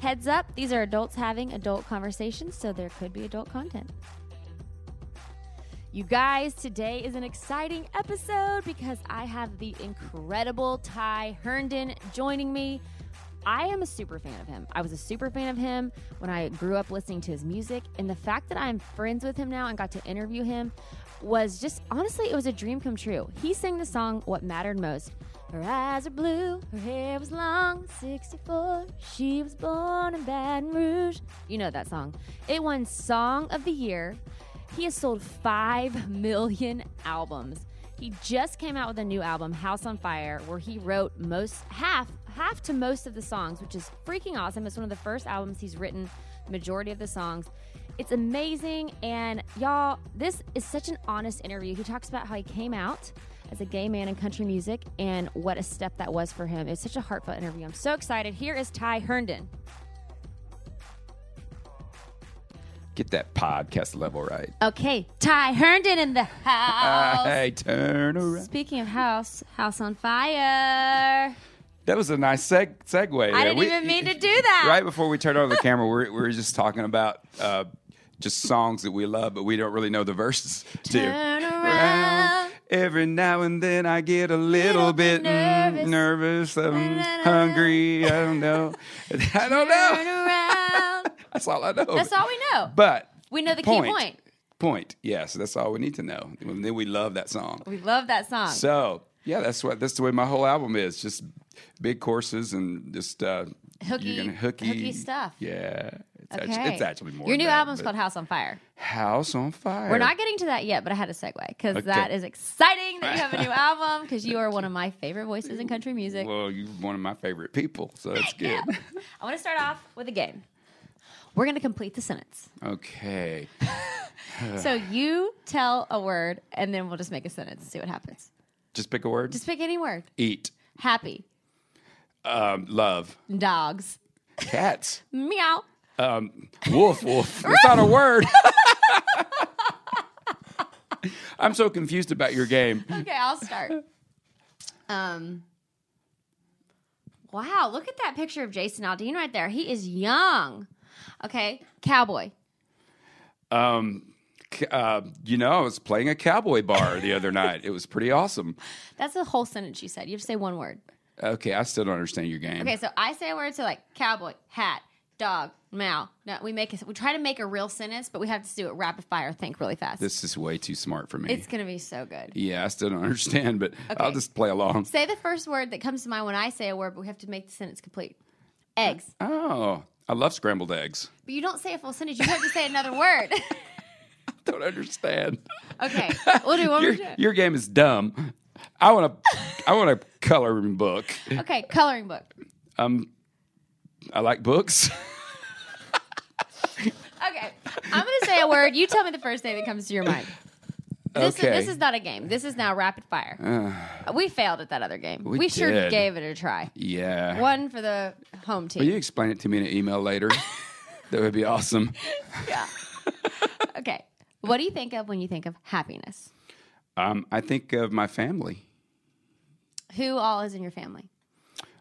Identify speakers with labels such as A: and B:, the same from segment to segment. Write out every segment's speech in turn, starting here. A: Heads up, these are adults having adult conversations, so there could be adult content. You guys, today is an exciting episode because I have the incredible Ty Herndon joining me. I am a super fan of him. I was a super fan of him when I grew up listening to his music, and the fact that I'm friends with him now and got to interview him was just honestly, it was a dream come true. He sang the song What Mattered Most. Her eyes are blue, her hair was long, 64. She was born in Baton Rouge. You know that song. It won Song of the Year. He has sold 5 million albums. He just came out with a new album, House on Fire, where he wrote most half half to most of the songs, which is freaking awesome. It's one of the first albums he's written, majority of the songs. It's amazing and y'all, this is such an honest interview. He talks about how he came out as a gay man in country music and what a step that was for him. It's such a heartfelt interview. I'm so excited. Here is Ty Herndon.
B: Get that podcast level right.
A: Okay, Ty Herndon in the house.
B: Hey, turn around.
A: Speaking of house, house on fire.
B: That was a nice seg- segue.
A: I didn't even mean to do that.
B: Right before we turned on the camera, we were, we were just talking about uh, just songs that we love, but we don't really know the verses to.
A: Turn around.
B: Every now and then I get a little,
A: Little bit
B: bit mm, nervous. I'm hungry. I don't know. I don't
A: Turn
B: know.
A: around.
B: That's all I know.
A: That's all we know.
B: But
A: We know the key point.
B: Point. Yes, that's all we need to know. And then we love that song.
A: we love that song.
B: So yeah, that's what that's the way my whole album is. Just big courses and just uh,
A: Hooky-
B: you're gonna hooky,
A: hooky stuff.
B: Yeah, it's,
A: okay.
B: actually, it's actually more.
A: Your
B: than
A: new
B: that,
A: album's
B: but-
A: called House on Fire.
B: House on Fire.
A: We're not getting to that yet, but I had a segue because
B: Okay.
A: that is exciting that you have a new album because you are one of my favorite voices in country music.
B: Well, you're one of my favorite people, so that's good.
A: I want to start off with a game. We're going to complete the sentence.
B: okay.
A: So you tell a word and then we'll just make a sentence and see what happens.
B: Just pick a word.
A: Just pick any word.
B: Eat.
A: Happy,
B: Um, love.
A: dogs,
B: Cats.
A: meow.
B: Wolf, wolf. It's not a word. I'm so confused about your game.
A: Okay, I'll start. Um, wow, look at that picture of Jason Aldean right there. He is young. Okay, cowboy.
B: Um, c- uh, you know, I was playing a cowboy bar the other night. It was pretty awesome.
A: That's the whole sentence you said. You have to say one word.
B: Okay, I still don't understand your game.
A: Okay, so I say a word, so like cowboy, hat, dog, meow. No, we make a, we try to make a real sentence, but we have to do it rapid fire. Think really fast.
B: This is way too smart for me.
A: it's gonna be so good.
B: yeah, I still don't understand, but I'll
A: Okay.
B: just play along.
A: Say the first word that comes to mind when I say a word, but we have to make the sentence complete. Eggs.
B: Oh, I love scrambled eggs.
A: But you don't say a full sentence. You have to say another word.
B: Don't understand.
A: okay, we'll do one more.
B: Your,
A: time.
B: your game is dumb. I want a, I want a coloring book.
A: Okay, coloring book.
B: Um, I like books.
A: Okay, I'm gonna say a word. You tell me the first thing that comes to your mind. This,
B: Okay. Uh,
A: is, this is not a game. This is now rapid fire. we failed at that other game. We,
B: we
A: sure
B: did.
A: gave it a try.
B: Yeah.
A: One for the home
B: Will
A: team.
B: you explain it to me in an email later? that would be awesome.
A: yeah. okay. What do you think of when you think of happiness?
B: Um, I think of my family.
A: Who all is in your family?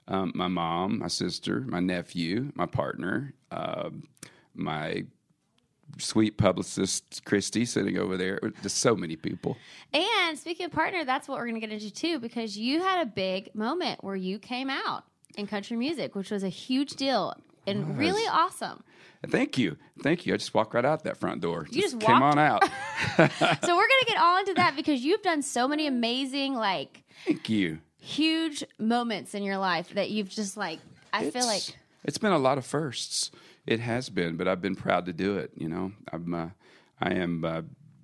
B: um, my mom, my sister, my nephew, my partner, um, my sweet publicist Christy sitting over there. Just so many people.
A: And speaking of partner, that's what we're going to get into too, because you had a big moment where you came out in country music, which was a huge deal and really awesome.
B: Thank you, thank you. I just walked right out that front door.
A: You just
B: came
A: walked-
B: on out.
A: So we're gonna get all into that because you've done so many amazing, like
B: thank you.
A: huge moments in your life that you've just like. I feel like
B: It's- it's been a lot of firsts. It has been, but I've been proud to do it. You know, I'm uh, I am uh,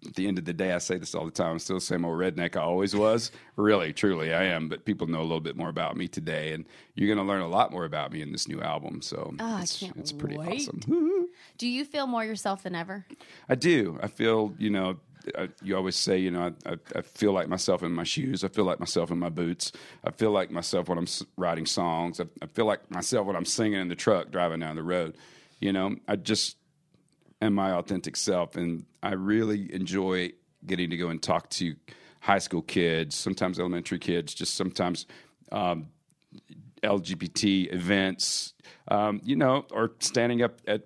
B: at the end of the day, I say this all the time. I'm still the same old redneck I always was. really, truly, I am. But people know a little bit more about me today, and you're going to learn a lot more about me in this new album. So
C: I
B: it's,
C: can't
B: it's pretty
C: wait.
B: awesome.
C: Do you feel more yourself than ever?
B: I do. I feel, you know, I, you always say, you know, I, I, I feel like myself in my shoes. I feel like myself in my boots. I feel like myself when I'm s- writing songs. I, I feel like myself when I'm singing in the truck driving down the road. You know, I just am my authentic self. And I really enjoy getting to go and talk to high school kids, sometimes elementary kids, just sometimes um, LGBT events, um, you know, or standing up at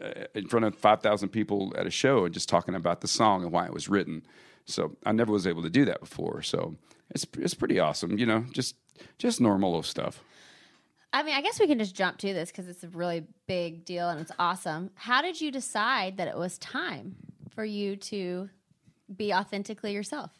B: uh, in front of 5,000 people at a show and just talking about the song and why it was written. So I never was able to do that before. So it's it's pretty awesome, you know, just just normal old stuff.
A: I mean, I guess we can just jump to this because it's a really big deal and it's awesome. How did you decide that it was time for you to be authentically yourself?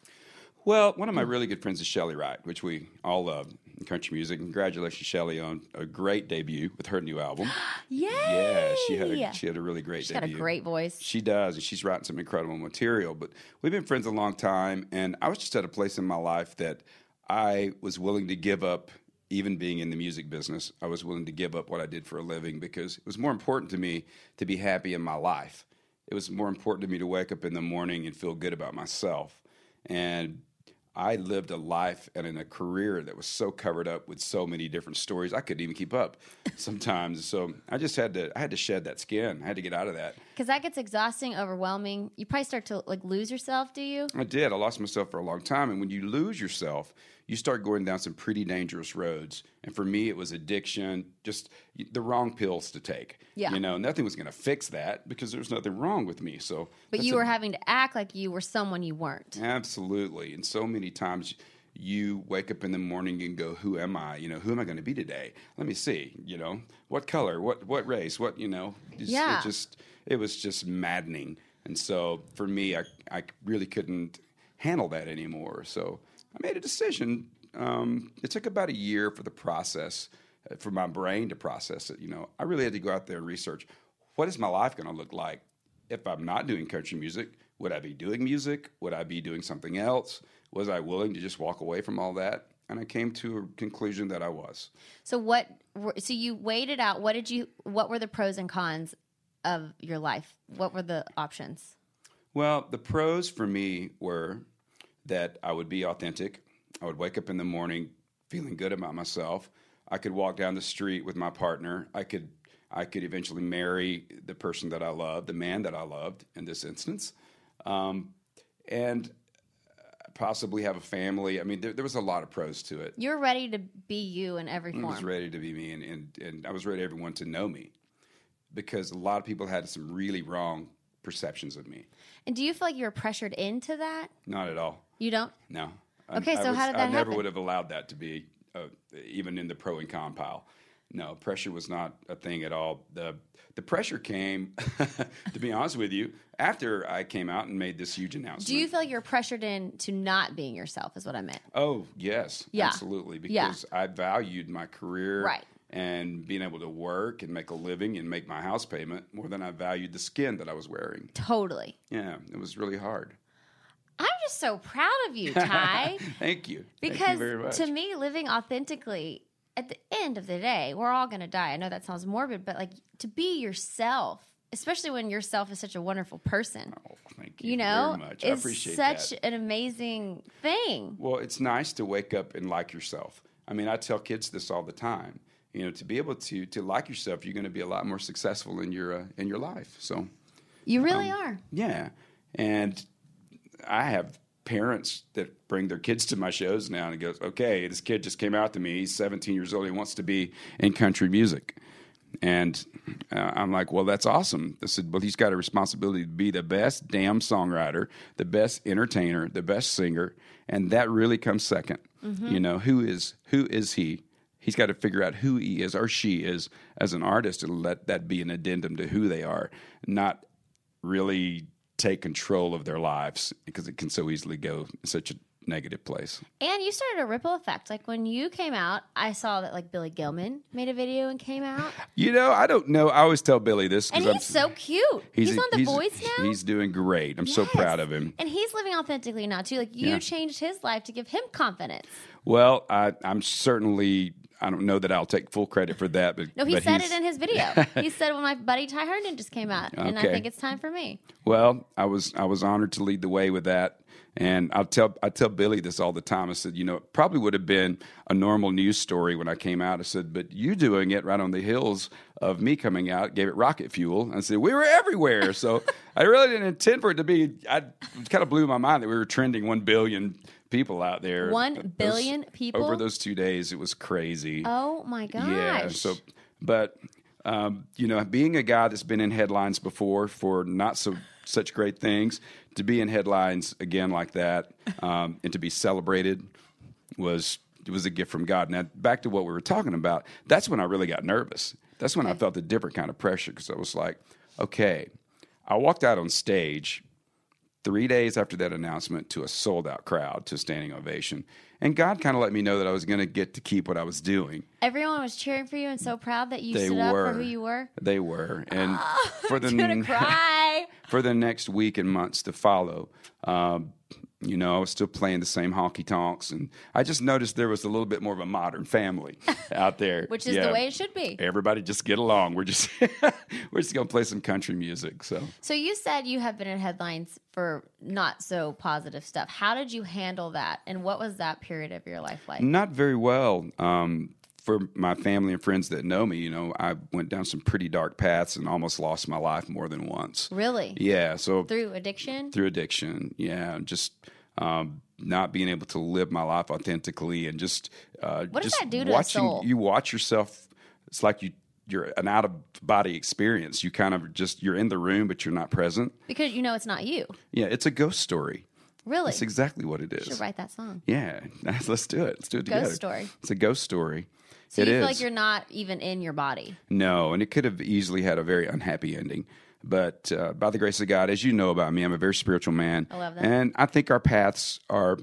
B: Well, one of my really good friends is Shelly Wright, which we all love in country music. Congratulations, Shelly, on a great debut with her new album.
A: Yay!
B: yeah, she had a, she had a really great
A: She's got a
B: debut.
A: great voice.
B: She does, and she's writing some incredible material. But we've been friends a long time, and I was just at a place in my life that I was willing to give up, even being in the music business. I was willing to give up what I did for a living because it was more important to me to be happy in my life. It was more important to me to wake up in the morning and feel good about myself. And I lived a life and in a career that was so covered up with so many different stories I couldn't even keep up sometimes. So I just had to I had to shed that skin. I had to get out of that.
A: Because that gets exhausting, overwhelming. You probably start to like lose yourself, do you?
B: I did. I lost myself for a long time. And when you lose yourself, you start going down some pretty dangerous roads. And for me, it was addiction, just the wrong pills to take.
A: Yeah.
B: You know, nothing was going to fix that because there was nothing wrong with me. So,
A: But
B: that's
A: you
B: a-
A: were having to act like you were someone you weren't.
B: Absolutely. And so many times you wake up in the morning and go, Who am I? You know, who am I going to be today? Let me see. You know, what color, what, what race, what, you know, it's-
A: Yeah.
B: it just, it was just maddening. And so for me, I, I really couldn't handle that anymore. So I made a decision. Um, it took about a year for the process, uh, for my brain to process it. You know, I really had to go out there and research what is my life going to look like if I'm not doing country music, would I be doing music? Would I be doing something else? Was I willing to just walk away from all that? And I came to a conclusion that I was.
A: So what? were- So you weighed it out. What did you? What were the pros and cons of your life? What were the options?
B: Well, the pros for me were that I would be authentic. I would wake up in the morning feeling good about myself. I could walk down the street with my partner. I could I could eventually marry the person that I loved, the man that I loved in this instance. Um, and possibly have a family. I mean, there, there was a lot of pros to it.
A: You were ready to be you in every
B: I was
A: form.
B: ready to be me, and, and, and I was ready for everyone to know me because a lot of people had some really wrong perceptions of me.
A: And do you feel like you were pressured into that?
B: Not at all.
A: You don't.
B: No. I-
A: Okay,
B: I
A: so how did
B: I
A: that
B: never
A: happen?
B: would have allowed that to be uh, even in the pro and con pile. No, pressure was not a thing at all. The the pressure came, to be honest with you, after I came out and made this huge announcement.
A: Do you feel like you're pressured into not being yourself? Is what I meant.
B: Oh yes,
A: Yeah.
B: absolutely.
A: Yeah.
B: Because I valued my career
A: Right.
B: and being able to work and make a living and make my house payment more than I valued the skin that I was wearing.
A: Totally.
B: Yeah, it was really hard.
A: I'm just so proud of you, Ty.
B: Thank you. Thank you
A: Because
B: very much.
A: to me, living authentically, at the end of the day, we're all going to die. I know that sounds morbid, but like to be yourself, especially when yourself is such a wonderful person,
B: Oh, thank you,
A: you know,
B: very much. I
A: is
B: appreciate
A: such
B: that.
A: an amazing thing.
B: Well, it's nice to wake up and like yourself. I mean, I tell kids this all the time. You know, to be able to to like yourself, you're going to be a lot more successful in your uh, in your life. So
A: You really
B: Um,
A: are.
B: Yeah. And I have parents that bring their kids to my shows now and it goes, okay, this kid just came out to me. He's 17 years old. He wants to be in country music. And uh, I'm like, well, that's awesome. I said, well, he's got a responsibility to be the best damn songwriter, the best entertainer, the best singer. And that really comes 2nd You know, who is who is he? He's got to figure out who he is or she is as an artist and let that be an addendum to who they are, not really take control of their lives because it can so easily go in such a negative place.
A: And you started a ripple effect. Like when you came out, I saw that like Billy Gilman made a video and came out,
B: You know, I don't know. I always tell Billy this
A: and
B: because I'm
A: he's so cute. He's, on The Voice now,
B: He's doing great. I'm so
A: Yes.
B: proud of him.
A: and he's living authentically now too. Like you
B: Yeah.
A: changed his life to give him confidence.
B: Well, I, I'm certainly. I don't know that I'll take full credit for that, but
A: No, he
B: but
A: said
B: he's-
A: it in his video. he said, "When my buddy Ty Herndon just came out, and I
B: Okay.
A: think it's time for me."
B: Well, I was I was honored to lead the way with that, and I tell I tell Billy this all the time. I said, you know, it probably would have been a normal news story when I came out. I said, but you doing it right on the heels of me coming out gave it rocket fuel. I said we were everywhere, so I really didn't intend for it to be. I it kind of blew my mind that we were trending one billion people out there.
A: One
B: Those-
A: billion people?
B: over those two days. It was crazy.
A: Oh my gosh!
B: Yeah. So, but um, you know, being a guy that's been in headlines before for not so such great things, to be in headlines again like that, um, and to be celebrated was it was a gift from God. Now, back to what we were talking about. That's when I really got nervous. That's when I felt a different kind of pressure because I was like, okay, I walked out on stage three days after that announcement to a sold out crowd to a standing ovation. And God kind of let me know that I was going to get to keep what I was doing.
A: everyone was cheering for you and so proud that you
B: They
A: stood
B: were. Mm.
A: up for who you were.
B: They were, and for the
A: I'm gonna cry.
B: for the next week and months to follow. Um, you know, I was still playing the same honky tonks, and I just noticed there was a little bit more of a modern family out there,
A: Which is the way it should be.
B: Everybody just get along. We're just we're just gonna play some country music. So
A: So you said you have been in headlines for not so positive stuff. How did you handle that, and what was that period of your life like?
B: Not very well. Um, for my family and friends that know me, you know, I went down some pretty dark paths and almost lost my life more than once.
A: Really,
B: Yeah, so
A: through addiction.
B: through addiction. Yeah, and just um, not being able to live my life authentically, and just uh,
A: What does
B: just
A: that do to the
B: watching,
A: soul?
B: You watch yourself. It's like you you're an out of body experience. You kind of just you're in the room, but you're not present.
A: because you know it's not you.
B: Yeah, it's a ghost story.
A: Really,
B: That's exactly what it
A: you
B: is.
A: should write that song.
B: Yeah, let's do it. Let's do it together.
A: Ghost story.
B: It's a ghost story.
A: So
B: It
A: you feel
B: is.
A: like you're not even in your body.
B: No, and it could have easily had a very unhappy ending. But uh, by the grace of God, as you know about me, I'm a very spiritual man. I
A: love that.
B: And I think our paths are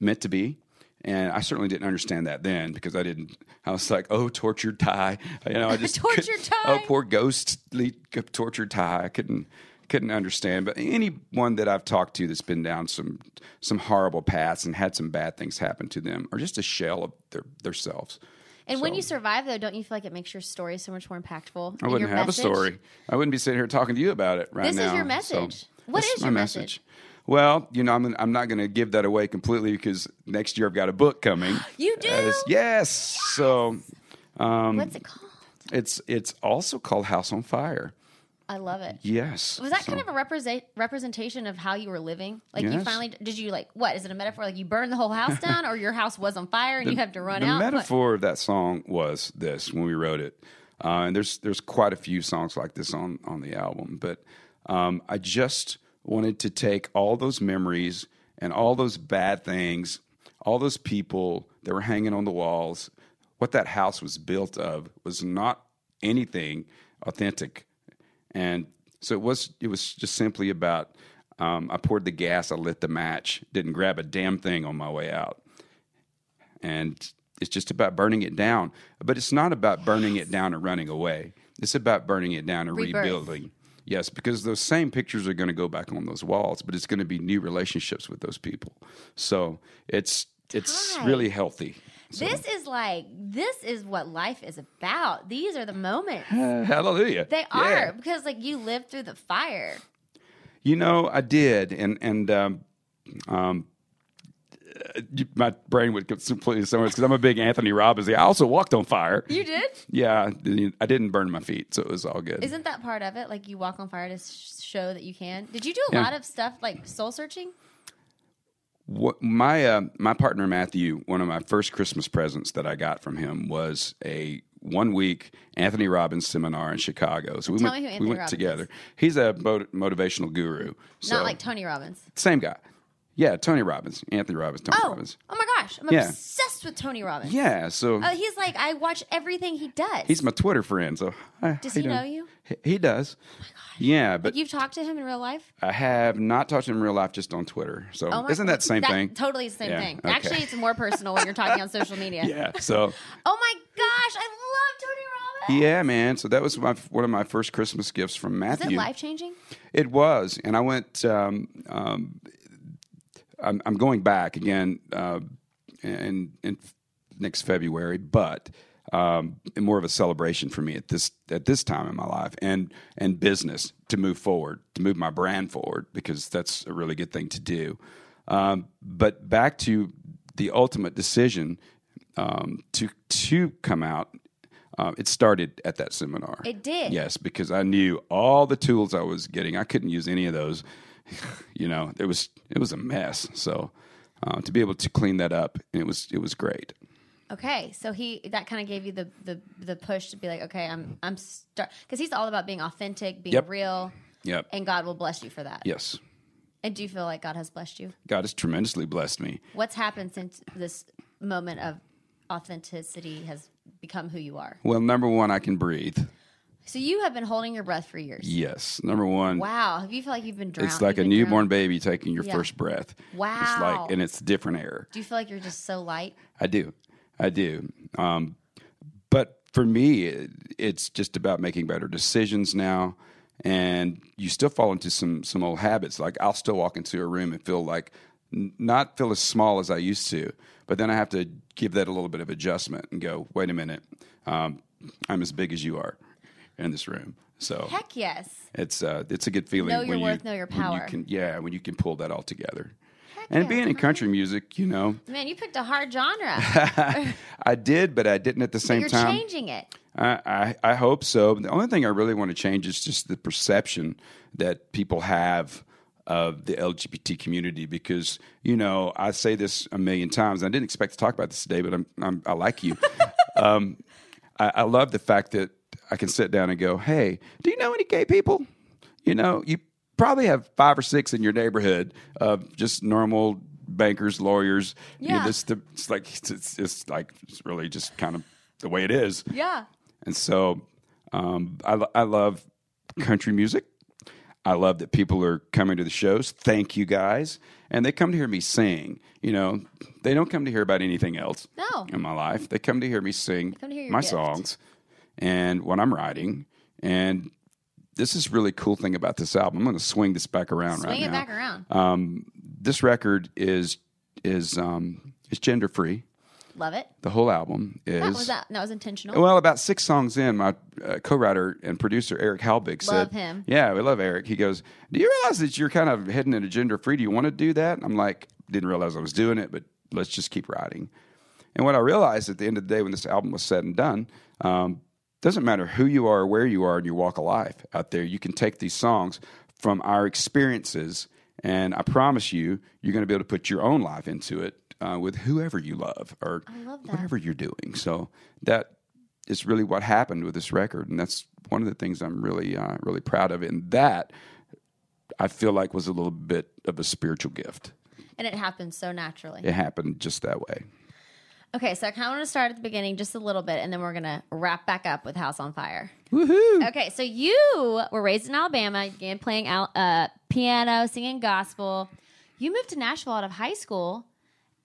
B: meant to be. And I certainly didn't understand that then because I didn't. I was like, "Oh, tortured Ty," you know. I just
A: Tortured
B: couldn't-
A: Ty.
B: Oh, poor ghostly g- tortured Ty. I couldn't couldn't understand. But anyone that I've talked to that's been down some some horrible paths and had some bad things happen to them, are just a shell of their their selves.
A: And when
B: So-
A: you survive, though, don't you feel like it makes your story so much more impactful?
B: I wouldn't have a story. I wouldn't be sitting here talking to you about it right
A: This
B: now.
A: is your message. What
B: that's
A: is
B: my
A: your message?
B: Well, you know, I'm, gonna- I'm not going to give that away completely because next year I've got a book coming.
A: You do?
B: As- yes. So Um,
A: What's it called?
B: it's it's also called House on Fire.
A: I love it.
B: Yes.
A: Was that
B: So-
A: kind of a represent, representation of how you were living? Like you
B: Yes.
A: finally did you like what is it a metaphor? Like you burned the whole house down, or your house was on fire and you have to run
B: the
A: out? What-
B: metaphor of that song was this when we wrote it, uh, and there's there's quite a few songs like this on on the album. But um, I just wanted to take all those memories and all those bad things, all those people that were hanging on the walls. What that house was built of was not anything authentic, and so it was it was just simply about. Um, I poured the gas. I lit the match. Didn't grab a damn thing on my way out and it's just about burning it down. But it's not about burning it down and running away. It's about burning it down and
A: Rebirth.
B: rebuilding. Yes, because those same pictures are going to go back on those walls, but it's going to be new relationships with those people. So it's it's
A: Hi.
B: really healthy.
A: This is like this is what life is about. These are the moments.
B: Uh, hallelujah.
A: They
B: Yeah.
A: are because like you lived through the fire.
B: You know, I did, and and um, um, uh, you- my brain would go completely somewhere because I'm a big Anthony Robbins. guy. I also walked on fire.
A: You did?
B: Yeah, I didn't- I didn't burn my feet, so it was all good.
A: Isn't that part of it? Like you walk on fire to sh- show that you can. Did you do a
B: Yeah.
A: lot of stuff like soul searching?
B: What, my uh, my partner Matthew, one of my first Christmas presents that I got from him was a one week Anthony Robbins seminar in Chicago. So we
A: Tell me who
B: went we
A: Anthony
B: went
A: Robbins
B: together. He's a mot- motivational guru. So
A: Not like Tony Robbins.
B: same guy. Yeah, Tony Robbins, Anthony Robbins, Tony
A: Oh,
B: Robbins.
A: oh my gosh! I'm
B: Yeah.
A: obsessed with Tony Robbins. Uh,
B: Yeah, so
A: Oh, he's like I watch everything he does.
B: he's my Twitter friend. So hi,
A: Does
B: how
A: he
B: doing?
A: know you? Oh
B: He, he does. Yeah, but
A: You've talked to him in real life?
B: I have not talked to him in real life, just on Twitter. So
A: Oh my-
B: isn't that the same thing?
A: Totally the same
B: Yeah,
A: thing.
B: okay.
A: Actually, it's more personal when you're talking on social media.
B: yeah. So
A: Oh my gosh, I love Tony Robbins.
B: yeah, man. So that was my one of my first Christmas gifts from
A: Is
B: Matthew.
A: it life changing?
B: It was, and I went. Um, um, I'm, I'm going back again uh, in, in next February, but um, more of a celebration for me at this at this time in my life and and business to move forward, to move my brand forward because that's a really good thing to do. Um, but back to the ultimate decision um, to to come out. Um, it started at that seminar.
A: It did.
B: Yes, because I knew all the tools I was getting. I couldn't use any of those. you know, it was it was a mess. So uh, to be able to clean that up, and it was it was great.
A: Okay, so he that kind of gave you the, the the push to be like, okay, I'm I'm start because he's all about being authentic, being
B: Yep.
A: real,
B: Yep.
A: and God will bless you for that.
B: yes.
A: And do you feel like God has blessed you?
B: God has tremendously blessed me.
A: What's happened since this moment of authenticity has become who you are?
B: Well, number one, I can breathe.
A: So you have been holding your breath for years.
B: Yes. Number one,
A: Wow, have you feel like you've been drowned?
B: it's like a
A: you've been
B: newborn
A: drowned?
B: baby taking your
A: Yeah.
B: first breath. It's
A: Wow.
B: like, and it's different air.
A: Do you feel like you're just so light?
B: I do. I do. Um, but for me, it, it's just about making better decisions now. And you still fall into some some old habits. Like I'll still walk into a room and feel like n- not feel as small as I used to. But then I have to give that a little bit of adjustment and go, wait a minute, um, I'm as big as you are in this room. So
A: Heck yes.
B: it's uh, it's a good feeling.
A: Know your
B: when
A: worth,
B: you,
A: know your
B: when you
A: power.
B: can, yeah, when you can pull that all together. and being in
A: yeah.
B: country music, you know,
A: Man, you picked a hard genre.
B: I did, but I didn't at the same
A: You're
B: time.
A: changing it.
B: I, I, I hope so. The only thing I really want to change is just the perception that people have of the LGBT community because, you know, I say this a million times. I didn't expect to talk about this today, but I'm, I'm, I like you. um, I, I love the fact that I can sit down and go, hey, do you know any gay people? You know, you probably have five or six in your neighborhood of just normal bankers, lawyers. You know,
A: Yeah.
B: this- the- it's like, it's, it's like, it's really just kind of the way it is.
A: Yeah.
B: And so um, I, lo- I love country music. I love that people are coming to the shows. Thank you guys. And they come to hear me sing. You know, they don't come to hear about anything else
A: No.
B: in my life. They come to hear me sing
A: come to hear your
B: my
A: gift.
B: songs and what I'm writing. And this is really cool thing about this album. I'm going to swing this back around right
A: Swing it
B: now. Uh,
A: back around.
B: This record is is um, is gender free.
A: Love it.
B: The whole album is
A: That was that. That was intentional.
B: well, about six songs in, my uh, co-writer and producer Eric Halbig said,
A: Love him.
B: "Yeah, we love Eric." He goes, "Do you realize that you're kind of heading into gender free? Do you want to do that?" And I'm like, "Didn't realize I was doing it, but let's just keep writing." And what I realized at the end of the day, when this album was said and done, um, doesn't matter who you are, or where you are in your walk of life out there, you can take these songs from our experiences, and I promise you, you're going to be able to put your own life into it. Uh, with whoever you love or
A: love that.
B: whatever you're doing. So that is really what happened with this record, and that's one of the things I'm really, uh, really proud of. And that I feel like was a little bit of a spiritual gift.
A: and it happened so naturally.
B: It happened just that way.
A: Okay, so I kind of want to start at the beginning just a little bit, and then we're gonna wrap back up with House on Fire. Woohoo! Okay, so you were raised in Alabama, you began playing al- uh, piano, singing gospel. You moved to Nashville out of high school,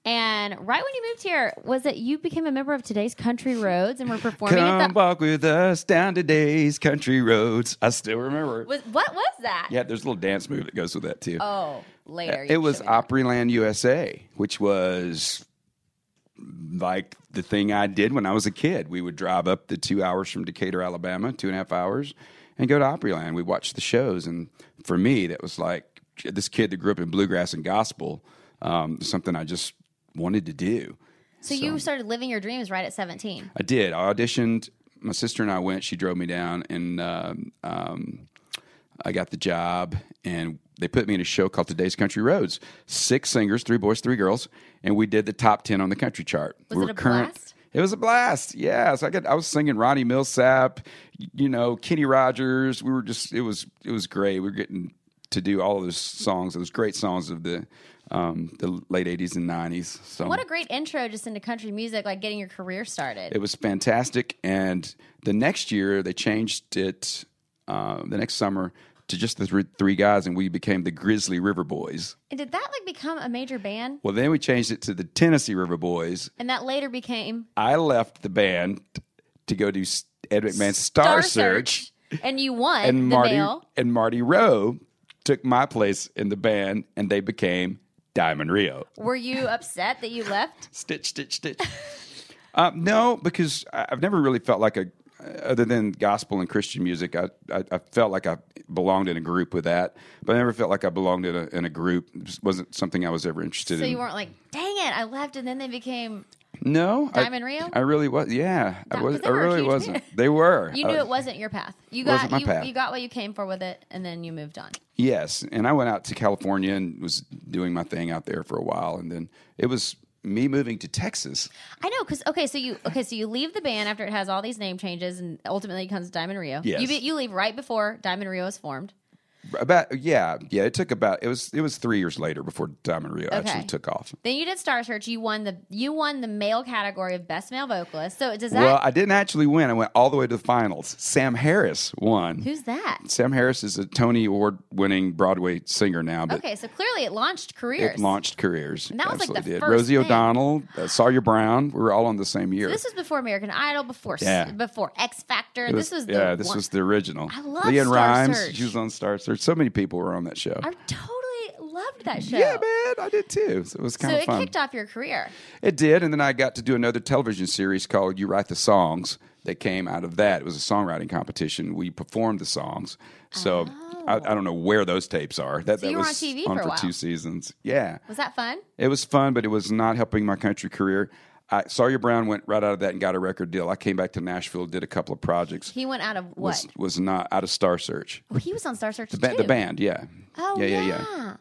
A: and right when you moved here, was that you became a member of today's Country Roads and were performing at the.
B: Come walk with us down today's country roads. I still remember. it.
A: Was, what was that?
B: yeah, there's a little dance move that goes with that too.
A: Oh, later. you
B: it was
A: showed me that.
B: Opryland USA, which was like the thing I did when I was a kid. We would drive up the two hours from Decatur, Alabama, two and a half hours, and go to Opryland. We watched the shows, and for me, that was like this kid that grew up in bluegrass and gospel, um, something I just wanted to do.
A: So you started living your dreams right at seventeen.
B: I did. I auditioned. My sister and I went. She drove me down, and um, um, I got the job. And they put me in a show called Today's Country Roads. Six singers, three boys, three girls, and we did the top ten on the country chart.
A: Was
B: we
A: it
B: were
A: a blast?
B: It was a blast. Yeah, so I got. I was singing Ronnie Millsap, you know, Kenny Rogers. We were just. It was. It was great. We were getting to do all of those songs, those great songs of the um, the late '80s and '90s. So
A: What a great intro just into country music, like getting your career started.
B: it was fantastic. And the next year they changed it uh, the next summer to just the three, three guys, and we became the Grizzly River Boys.
A: And did that like become a major band?
B: Well, then we changed it to the Tennessee River Boys.
A: And that later became
B: I left the band to go do S- Ed McMahon's
A: Star
B: Star, Search,
A: Search. And you won
B: and
A: the
B: Marty
A: Bell.
B: and Marty Rowe took my place in the band, and they became Diamond Rio.
A: Were you upset that you left?
B: Stitch, stitch, stitch. um, no, because I- I've never really felt like a, other than gospel and Christian music, I, I, I felt like I belonged in a group with that, but I never felt like I belonged in a, in a group. It just wasn't something I was ever interested
A: So
B: in.
A: you weren't like, dang it, I left and then they became
B: no, I-
A: Diamond Rio?
B: I really was. Yeah, I
A: That-
B: was.
A: 'cause they
B: I
A: were a
B: really
A: huge
B: wasn't.
A: band.
B: They were. Uh,
A: you knew
B: I-
A: it wasn't your path. You
B: Wasn't
A: got
B: my
A: you,
B: path.
A: you got what you came for with it and then you moved on.
B: Yes, and I went out to California and was doing my thing out there for a while, and then it was me moving to Texas.
A: I know, because okay, so you okay, so you leave the band after it has all these name changes, and ultimately comes Diamond Rio.
B: Yes.
A: You be- you leave right before Diamond Rio is formed.
B: About yeah, yeah. It took about it was it was three years later before Diamond Rio actually
A: Okay.
B: took off.
A: Then you did Star Search. You won the you won the male category of best male vocalist. So does that
B: well, I didn't actually win. I went all the way to the finals. Sam Harris won.
A: who's that?
B: Sam Harris is a Tony Award winning Broadway singer now, but
A: Okay, so clearly it launched careers.
B: it launched careers.
A: And that was, like, the first
B: Rosie
A: thing.
B: O'Donnell, uh, Sawyer Brown, we were all on the same year.
A: This was before American Idol, before
B: Yeah.
A: before X Factor.
B: It
A: This was the
B: yeah, this
A: one-
B: was the original.
A: I love
B: Leanne
A: Star
B: Rhymes.
A: Search.
B: She was on Star Search. So many people were on that show.
A: I totally loved that show.
B: Yeah, man, I did too. So it was
A: So
B: kind of
A: it
B: fun.
A: kicked off your career.
B: It did, and then I got to do another television series called "You Write the Songs." That came out of that. It was a songwriting competition. We performed the songs. So I, I don't know where those tapes are. That,
A: So
B: that
A: you were
B: was
A: on TV for a while.
B: two seasons. Yeah,
A: Was that fun?
B: it was fun, but it was not helping my country career. I, Sawyer Brown went right out of that and got a record deal. I came back to Nashville, did a couple of projects.
A: He went out of what?
B: was was not out of Star Search.
A: Oh, he was on Star Search
B: The, ba-
A: too.
B: the band, yeah.
A: Oh
B: yeah, yeah, yeah,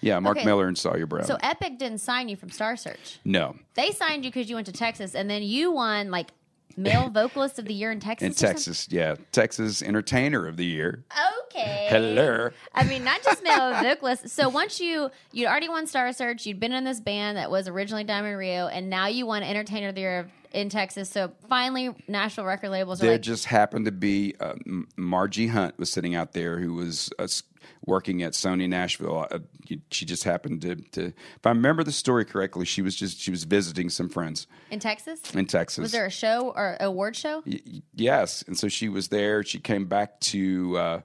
B: yeah. Mark
A: Okay.
B: Miller and Sawyer Brown.
A: So Epic didn't sign you from Star Search.
B: no,
A: They signed you because you went to Texas, and then you won like male vocalist of the year in Texas.
B: in
A: or something?
B: Texas, yeah, Texas Entertainer of the Year.
A: Okay.
B: Hello.
A: I mean, not just male vocalist. So once you you'd already won Star Search, you'd been in this band that was originally Diamond Rio, and now you won Entertainer of the Year in Texas. So finally, national record labels are
B: There
A: like,
B: just happened to be uh, M- Margie Hunt was sitting out there who was uh, s- working at Sony Nashville. Uh, you- she just happened to, to, if I remember the story correctly, she was just she was visiting some friends
A: in Texas.
B: in Texas.
A: Was there a show or a award show?
B: Y- y- yes, and so she was there. She came back to uh,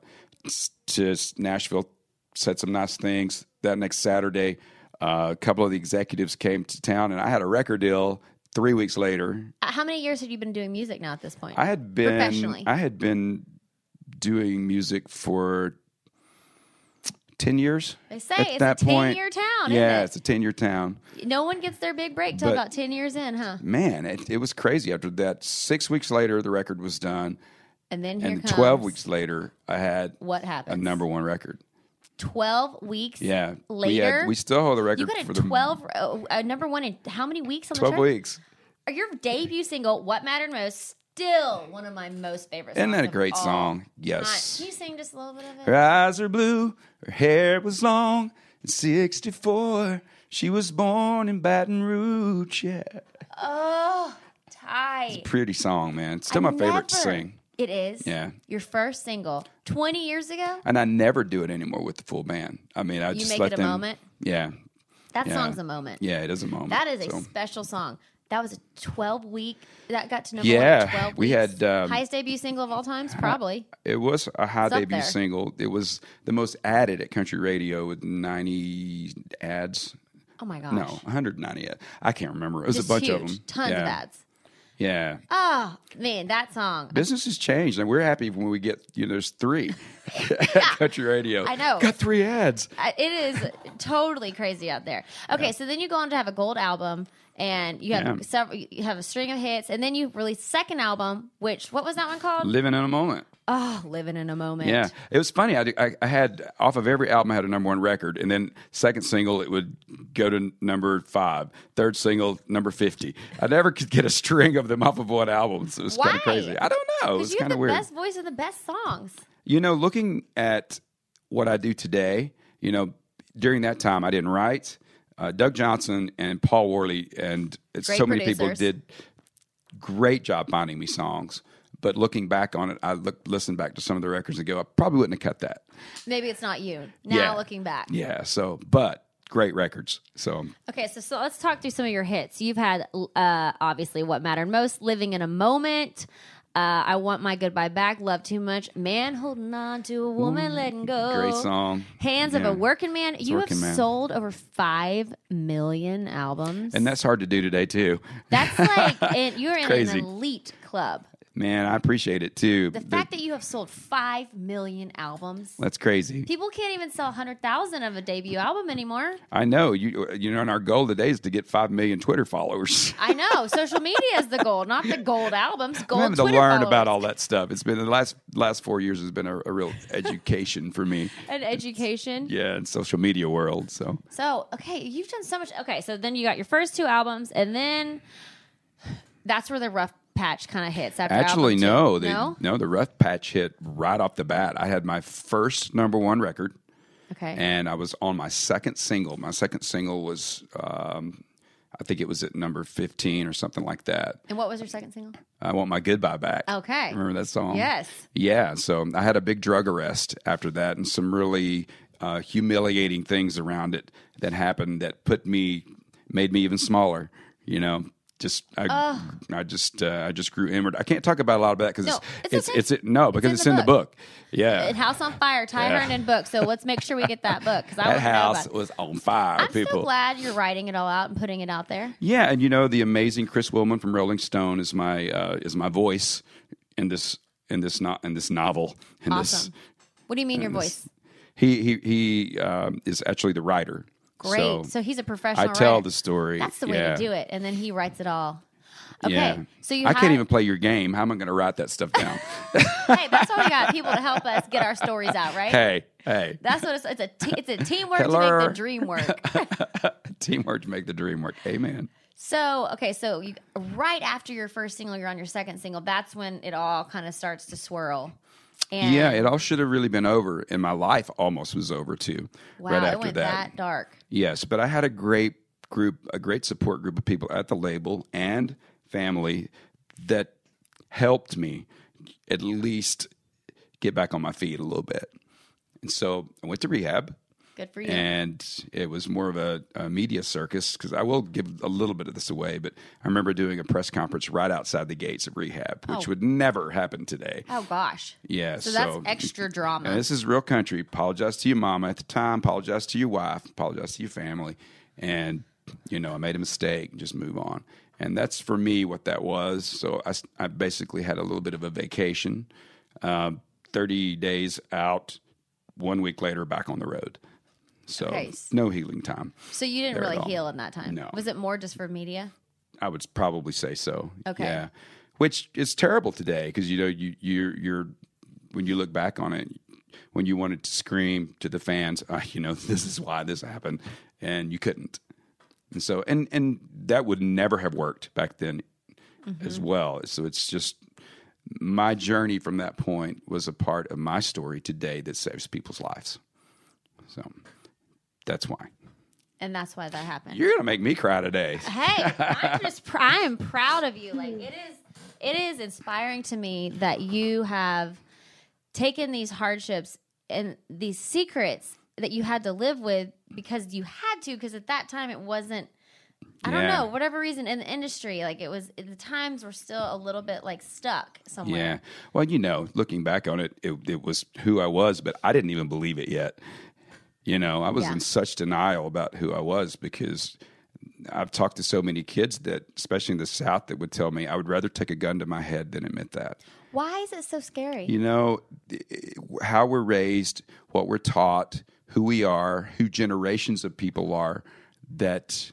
B: s- to s- Nashville, said some nice things. That next Saturday, uh, a couple of the executives came to town, and I had a record deal. Three weeks later,
A: Uh, How many years have you been doing music now at this point?
B: I had been
A: Professionally.
B: I had been doing music for ten years.
A: they say
B: At
A: it's
B: that
A: a
B: point-
A: ten-year town.
B: yeah,
A: isn't
B: it's a ten year town.
A: it? no one gets their big break till
B: But-
A: about ten years in, huh?
B: Man, it, it was crazy. After that, six weeks later, the record was done,
A: And then here
B: and
A: comes
B: twelve weeks later, I had
A: What
B: a
A: happens?
B: number one record.
A: Twelve weeks.
B: Yeah. We,
A: Later.
B: had, we still hold the
A: You
B: record
A: got
B: for
A: a
B: the
A: 12, uh, uh, number one in how many weeks on
B: 12
A: the chart?
B: weeks.
A: Your debut single, What Mattered Most, still one of my most favorite songs.
B: Isn't that a
A: of
B: great
A: all
B: song?
A: time.
B: Yes.
A: Can you sing just a little bit of
B: Her
A: it?
B: eyes are blue, her hair was long. In 64, she was born in Baton Rouge. Yeah.
A: Oh, Ty.
B: Pretty song, man. It's still
A: I
B: my favorite to
A: never-
B: sing.
A: It is?
B: Yeah.
A: Your first single, 20 years ago?
B: And I never do it anymore with the full band. I mean, I
A: You
B: just
A: make
B: let
A: it a
B: them.
A: moment?
B: Yeah.
A: That
B: Yeah.
A: song's a moment.
B: Yeah, it is a moment.
A: That is a
B: so.
A: special song. That was a 12 week, that got to number one
B: Yeah,
A: in 12 weeks.
B: we had, um,
A: Highest debut single of all times, probably.
B: It was a high
A: up
B: debut
A: there.
B: single. It was the most added at country radio with 90 ads.
A: Oh my gosh.
B: No, 190 ads. I can't remember. It was
A: Just
B: a bunch
A: huge.
B: of them.
A: Tons
B: yeah.
A: of ads.
B: Yeah.
A: Oh, man, that song.
B: business has changed, and we're happy when we get you know there's three at country radio.
A: I know.
B: got three ads.
A: I- it is totally crazy out there. Okay, so then you go on to have a gold album, and you have
B: Yeah.
A: several. You have a string of hits, and then you release second album, which what was that one called?
B: Living in a moment.
A: oh, living in a moment.
B: Yeah, it was funny. I, d- I- I had off of every album, I had a number one record, and then second single it would go to number five, third single number fifty. I never could get a string of them off of one album. So it was kind
A: Why?
B: of crazy. I don't know. It
A: because
B: was
A: you have
B: kind
A: the
B: of weird.
A: best voice and the best songs.
B: You know, looking at what I do today, you know, during that time I didn't write. Uh, Doug Johnson and Paul Worley and so many people
A: producers.
B: did great job finding me songs. But looking back on it, I look listen back to some of the records and go, I probably wouldn't have cut that.
A: Maybe it's not you. Now
B: Yeah.
A: looking back.
B: Yeah. So, but great records. So
A: Okay, so, so let's talk through some of your hits. You've had uh, obviously what mattered most, living in a moment. Uh, I want my goodbye back. Love too much. Man holding on to a woman letting go.
B: great song.
A: Oh, Hands of
B: Yeah.
A: a working man. You
B: working
A: have
B: man.
A: sold over five million albums.
B: And that's hard to do today too.
A: that's like it, you're in
B: Crazy.
A: an elite club.
B: Man, I appreciate it too.
A: The fact that you have sold five million albums.
B: that's crazy.
A: People can't even sell hundred thousand of a debut album anymore.
B: I know you. You know, and our goal today is to get five million Twitter followers.
A: I know. Social media is the goal, not the gold albums. Gold.
B: I'm having to
A: Twitter
B: learn
A: followers.
B: about all that stuff. It's been the last last four years has been a, a real education for me.
C: An education.
B: Yeah, in social media world. So
A: So, okay, you've done so much. Okay, so then you got your first two albums, and then that's where the rough patch kind of hits. After
B: actually,
A: album two.
B: no, the,
A: no,
B: no, the rough patch hit right off the bat. I had my first number one record,
A: okay,
B: and I was on my second single. My second single was, um, I think it was at number fifteen or something like that.
A: and what was your second single?
B: I want my goodbye back.
A: Okay.
B: remember that song?
A: Yes.
B: Yeah. So I had a big drug arrest after that, and some really uh, humiliating things around it that happened that put me, made me even smaller. You know, just I, I just, uh, I just grew inward. I can't talk about a lot of that because
A: No, it's
B: it's,
A: okay.
B: it's, it, no, because it's, in, the, book. Yeah.
A: And House on Fire, Ty
B: Yeah.
A: Herndon book. So let's make sure we get that book because I
B: that
A: want to know
B: house
A: about. It.
B: was on fire.
A: I'm
B: people.
A: so glad you're writing it all out and putting it out there.
B: Yeah, and you know the amazing Chris Willman from Rolling Stone is my uh, is my voice in this in this not in this novel in
A: Awesome.
B: this
A: What do you mean your voice?
B: he he he um, is actually the writer.
A: Great. So, he's a
B: I
A: professional.
B: tell
A: writer.
B: the story.
A: That's the way
B: yeah.
A: to do it, and then he writes it all. Okay,
B: Yeah.
A: so you.
B: I
A: had-
B: can't even play your game. How am I going to write that stuff down?
A: Hey, that's why we got people to help us get our stories out, right?
B: hey, hey,
A: That's what it's, it's a te- it's a teamwork to make
B: Hello.
A: the dream work.
B: teamwork to make the dream work. Amen.
A: So okay, so you, right after your first single, you're on your second single. That's when it all kind of starts to swirl. And
B: Yeah, it all should have really been over, and my life almost was over too.
A: wow,
B: right after
A: it went
B: that,
A: that, dark.
B: Yes, but I had a great group, a great support group of people at the label and family that helped me at least get back on my feet a little bit. And so I went to rehab,
A: Good for you.
B: and it was more of a, a media circus because I will give a little bit of this away, but I remember doing a press conference right outside the gates of rehab, which would never happen today.
A: oh gosh.
B: Yeah,
A: Oh. So that's extra drama.
B: and this is real country. Apologize to your mama at the time. Apologize to your wife. Apologize to your family. And you know, I made a mistake. Just move on. And that's for me what that was. So I, s- I basically had a little bit of a vacation, um, thirty days out. One week later, back on the road. So
A: Okay, s-
B: no healing time.
A: so you didn't
B: there at
A: really
B: all.
A: heal in that time.
B: No.
A: Was it more just for media?
B: I would probably say so.
A: Okay.
B: Yeah. Which is terrible today because you know you you're, you're when you look back on it, when you wanted to scream to the fans, uh, you know this is why this happened, and you couldn't, and so and and that would never have worked back then, as well. So it's just my journey from that point was a part of my story today that saves people's lives. So that's why
A: And that's why that happened.
B: you're gonna make me cry today.
A: hey, I'm just pr- I am proud of you. Like it is it is inspiring to me that you have taken these hardships and these secrets that you had to live with because you had to because at that time it wasn't I don't
B: Yeah.
A: know, whatever reason in the industry, like it was the times were still a little bit like stuck somewhere.
B: Yeah. Well, you know, looking back on it, it, it was who I was, but I didn't even believe it yet. You know, I was
A: Yeah.
B: in such denial about who I was because I've talked to so many kids that, especially in the South, that would tell me I would rather take a gun to my head than admit that.
A: Why is it so scary?
B: You know, th- how we're raised, what we're taught, who we are, who generations of people are, that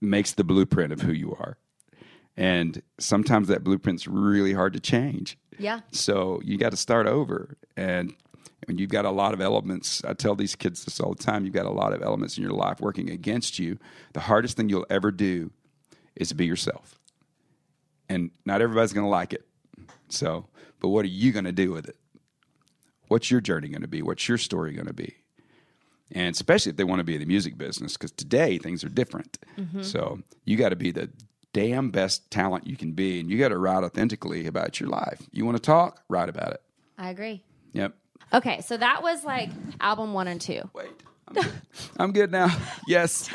B: makes the blueprint of who you are. And sometimes that blueprint's really hard to change.
A: yeah.
B: So you got to start over. And when you've got a lot of elements, I tell these kids this all the time you've got a lot of elements in your life working against you. The hardest thing you'll ever do is be yourself. And not everybody's going to like it. So, but what are you going to do with it? What's your journey going to be? What's your story going to be? And
A: Mm-hmm.
B: especially if they want to be in the music business, because today things are different. So you got to be the damn best talent you can be, and you got to write authentically about your life. You want to talk? Write about it.
A: I agree.
B: Yep.
A: Okay, so that was like album one and two.
B: Wait, I'm good, I'm good now. Yes,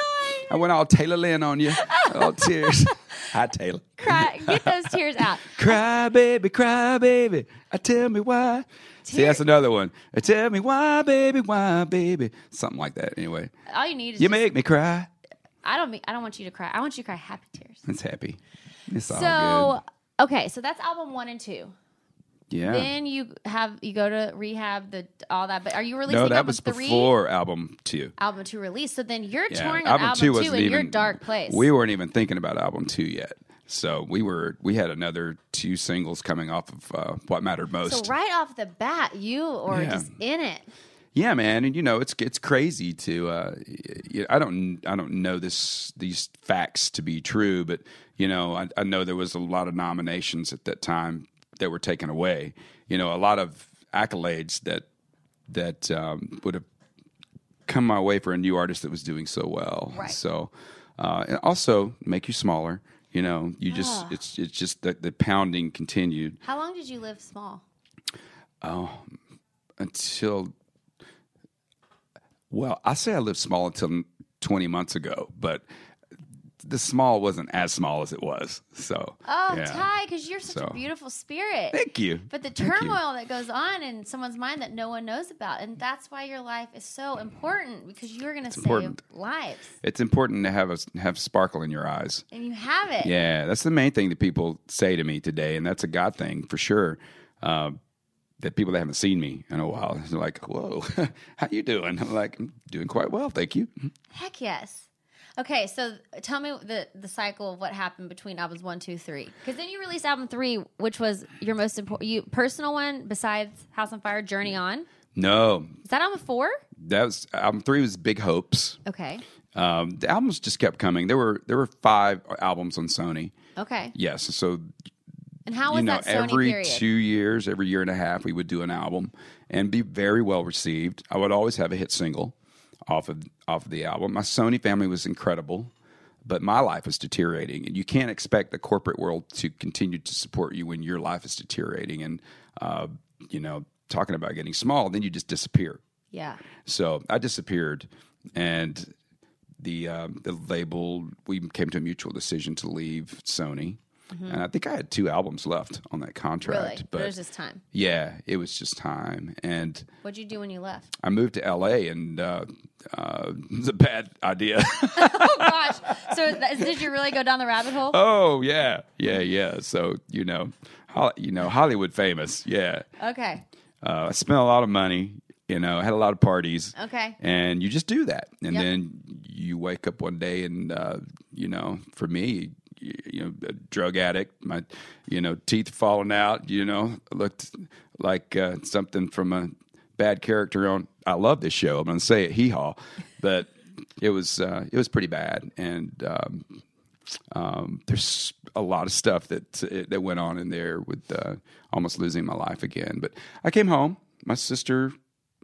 B: I went all Taylor Lynn on you. All tears. Hi Taylor.
A: Cry, get those tears out.
B: Cry baby, cry baby. I tell me why. See, that's another one. I tell me why, baby, why, baby. Something like that. Anyway,
A: All you need is
B: you
A: just,
B: make me cry.
A: I don't mean, I don't want you to cry. I want you to cry happy tears.
B: It's happy. It's all
A: So okay, so that's album one and two.
B: good. Yeah.
A: Then you have you go to rehab the all that. But are you releasing
B: no, that
A: album
B: was
A: three?
B: before album two.
A: Album two release. So then you're
B: Yeah,
A: touring on album, two, in your dark place.
B: We weren't even thinking about album two yet. So we were we had another two singles coming off of uh, what mattered
A: so
B: most.
A: right off the bat, you are
B: Yeah.
A: just in it.
B: Yeah, man, and you know it's it's crazy to uh, y- y- I don't I don't know this these facts to be true, but you know I, I know there was a lot of nominations at that time that were taken away. You know, a lot of accolades that that um, would have come my way for a new artist that was doing so well.
A: Right.
B: So, uh, and also make you smaller. You know, you just it's it's just that the pounding continued.
A: How long did you live small?
B: until well i say i lived small until 20 months ago but the small wasn't as small as it was so
A: Oh,
B: yeah.
A: Ty, because you're such
B: So-
A: a beautiful spirit.
B: thank you
A: But the
B: Thank you.
A: turmoil that goes on in someone's mind that no one knows about, and that's why your life is so important because you're going to save
B: important.
A: lives,
B: it's important to have a have sparkle in your eyes
A: and you have it.
B: yeah that's the main thing that people say to me today and that's a god thing for sure uh, that people that haven't seen me in a while they're like whoa how you doing i'm like i'm doing quite well thank you
A: Heck yes. Okay, so tell me the the cycle of what happened between albums one, two, three. Because then you released album three, which was your most important, you personal one besides House on Fire, Journey On.
B: no
A: Is that album four?
B: that was album three was big hopes
A: Okay,
B: Um, the albums just kept coming. There were there were five albums on Sony.
A: okay.
B: Yes, so
A: And how was
B: you know
A: that Sony
B: every
A: period?
B: two years, every year and a half, we would do an album and be very well received. I would always have a hit single off of off of the album. My Sony family was incredible, but my life was deteriorating, and you can't expect the corporate world to continue to support you when your life is deteriorating. And uh, you know, talking about getting small, then you just disappear.
A: yeah,
B: So I disappeared, and the um, the label we came to a mutual decision to leave Sony, and I think I had two albums left on that
A: really.
B: contract.
A: but
B: But
A: it was just time.
B: yeah, it was just time, and
A: What'd you do when you left?
B: I moved to LA, and uh, uh, it was a bad idea.
A: Oh gosh! So th- did you really go down the rabbit hole?
B: oh yeah, yeah, yeah. So you know, Hol- you know, Hollywood famous. Yeah,
A: Okay.
B: uh, I spent a lot of money. You know, had a lot of parties.
A: Okay.
B: and you just do that and
A: Yep.
B: then you wake up one day and uh, you know for me y- you know a drug addict my you know teeth falling out you know looked like uh, something from a bad character on i love this show i'm gonna say it hee haw but it was uh, it was pretty bad and um, um, there's a lot of stuff that that went on in there with uh, almost losing my life again. But I came home. My sister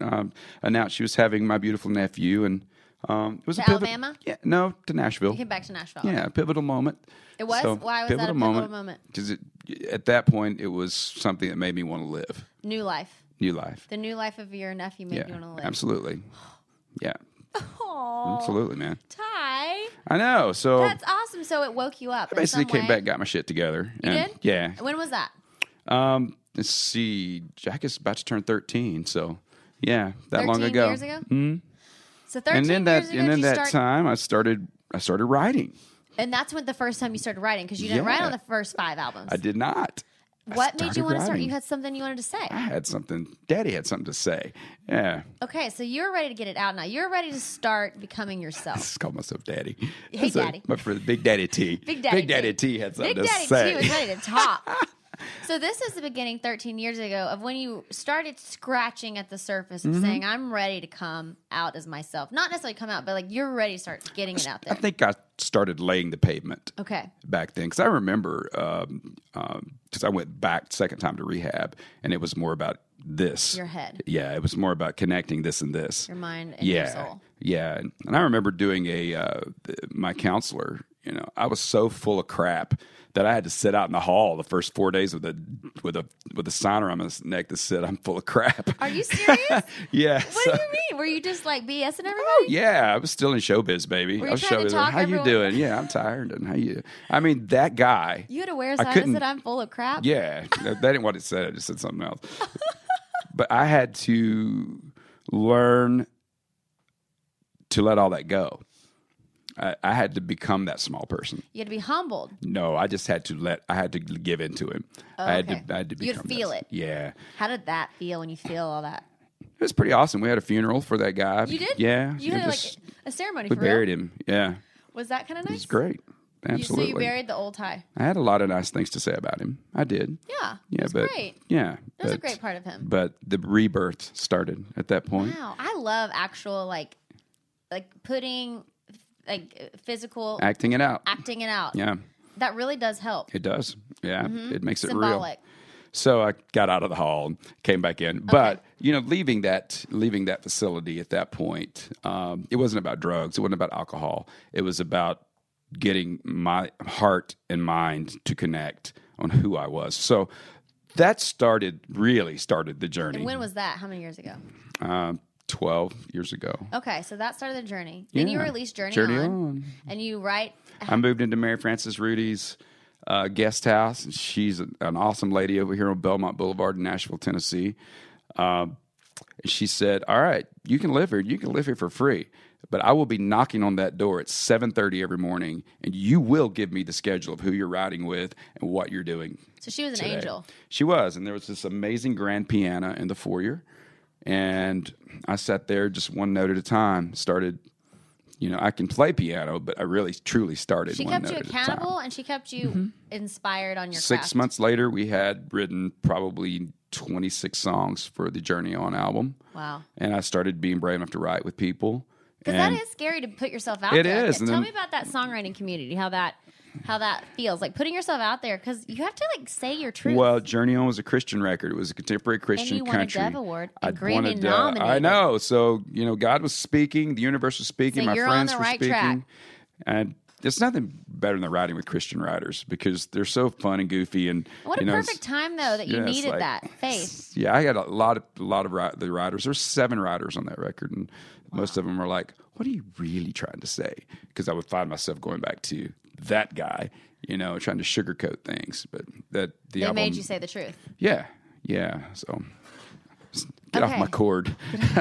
B: um, announced she was having my beautiful nephew, and um, it was a
A: To
B: pivot-
A: Alabama?
B: Yeah, no, to Nashville.
A: You came back to Nashville.
B: Yeah, a pivotal moment.
A: It was? Why was that a pivotal moment?
B: Because at that point, it was something that made me want to live
A: New life.
B: new life.
A: The new life of your nephew made
B: yeah,
A: you want to live.
B: absolutely. Yeah,
A: Aw,
B: absolutely, man.
A: Ty,
B: I know. So
A: that's awesome. So it woke you up.
B: I basically
A: in some
B: came
A: way.
B: back, got my shit together.
A: You
B: and-
A: did?
B: Yeah,
A: When was that?
B: Um, let's see. Jack is about to turn thirteen, so yeah, that long
A: 13
B: ago. Hmm?
A: years ago? Mm-hmm. So 13
B: And
A: years
B: then that,
A: ago,
B: and then
A: you
B: that
A: start,
B: time, I started. I started writing.
A: and that's when the first time you started writing because you didn't
B: Yeah.
A: write on the first five albums.
B: I did not.
A: what made
B: started
A: you want to start?
B: writing. Ah.
A: You had something you wanted to say.
B: I had something. Daddy had something to say. Yeah,
A: Okay, so you're ready to get it out now. You're ready to start becoming
B: I
A: yourself.
B: just call myself Daddy.
A: Hey,
B: That's a-
A: Daddy.
B: my friend, Big Daddy T.
A: Big Daddy
B: Big Daddy
A: T.
B: T, had something
A: Big
B: to
A: Daddy
B: say.
A: T was ready to talk. so this is the beginning 13 years ago of when you started scratching at the surface
B: Mm-hmm.
A: of saying, "I'm ready to come out as myself." Not necessarily come out, but like you're ready to start getting it out
B: I
A: there.
B: think I started laying the pavement.
A: Okay.
B: back then because I remember because um, um 'cause I went back second time to rehab and it was more about this
A: Your head.
B: Yeah, it was more about connecting this and this.
A: Your mind and your
B: yeah,
A: soul.
B: yeah, and I remember doing a uh, th- my counselor You know, I was so full of crap that I had to sit out in the hall the first four days with a with a with a sign around my neck that said I'm full of crap.
A: Are you serious? what
B: yeah.
A: do
B: so- Oh,
A: you mean? Were you just like BSing everybody?
B: yeah, I was still in showbiz, baby.
A: you
B: I was
A: trying to
B: showbiz.
A: talk
B: how
A: everyone-
B: you doing? Yeah, I'm tired. And how you? I mean, that guy.
A: You had to wear a
B: I
A: sign that
B: couldn't-
A: said I'm full of crap.
B: Yeah, that, that ain't what it said. It just said something else. but I had to learn to let all that go. I, I had to become that small person.
A: You had to be humbled.
B: No, I just had to let. I had to give in to him. I had
A: okay.
B: to. I had to
A: You'd
B: become. that-
A: feel it.
B: Yeah,
A: How did that feel when you feel all that?
B: it was pretty awesome. We had a funeral for that guy.
A: You did?
B: Yeah.
A: You
B: it
A: had
B: just-
A: like a ceremony
B: we
A: for
B: buried
A: real?
B: him. Yeah,
A: Was that kind of nice?
B: it was great.
A: You, so
B: Absolutely.
A: you buried the old tie.
B: I had a lot of nice things to say about him. I did.
A: Yeah.
B: Yeah,
A: That's
B: but
A: great.
B: yeah,
A: That was a
B: but-
A: great part of him.
B: But the rebirth started at that point.
A: Wow. I love actual like like putting like physical
B: Acting it out.
A: acting it out.
B: Yeah,
A: That really does help.
B: it does. Yeah, it makes it real.
A: Mm-hmm. Symbolic.
B: So I got out of the hall and came back in. But you know, leaving that leaving that facility at that point, um, it wasn't about drugs. It wasn't about alcohol. It was about getting my heart and mind to connect on who I was. So that started really started the journey.
A: And when was that? How many years ago?
B: um, Twelve years ago.
A: Okay, so that started the journey. Then you
B: Yeah.
A: released Oh, Journey,
B: Journey
A: on,
B: On.
A: and you write.
B: I moved into Mary Frances Rudy's uh, guest house, and she's an awesome lady over here on Belmont Boulevard in Nashville, Tennessee. Um, she said, "All right, you can live here. You can live here for free, but I will be knocking on that door at seven thirty every morning, and you will give me the schedule of who you're riding with and what you're doing."
A: So she was an
B: today."
A: angel.
B: She was, and there was this amazing grand piano in the foyer, and I sat there just one note at a time. Started, you know, I can play piano, but I really truly started.
A: She
B: one
A: kept
B: note
A: you
B: at a time.
A: accountable, and she kept you inspired on your
B: Six
A: craft.
B: months later, we had written probably 26 songs for the Journey On album.
A: Wow,
B: And I started being brave enough to write with people.
A: because that
B: And
A: is scary to put yourself out
B: It
A: there.
B: is,
A: Tell
B: and then-
A: me about that songwriting community. How that how that feels like putting yourself out there because you have to like say your truth.
B: Well, Journey On was a Christian record. It was a contemporary Christian
A: you won a
B: country.
A: Dove Award and
B: I
A: Grammy
B: wanted, uh, I
A: nominated.
B: know. So you know, God was speaking. The universe was speaking.
A: So
B: my
A: you're on
B: friends
A: the
B: were
A: right
B: speaking.
A: track.
B: And there's nothing better than writing with Christian writers because they're so fun and goofy. And
A: what a
B: you know,
A: perfect time though that you
B: yeah, it's
A: needed
B: like-
A: that faith.
B: Yeah, I got a lot of a lot of ri- the riders. There's seven riders on that record, and most of them were like, "What are you really trying to say?" Because I would find myself going back to that guy, you know, trying to sugarcoat things. But that the
A: They
B: album,
A: made you say the truth.
B: yeah, yeah. So s- get off
A: Okay.
B: my cord.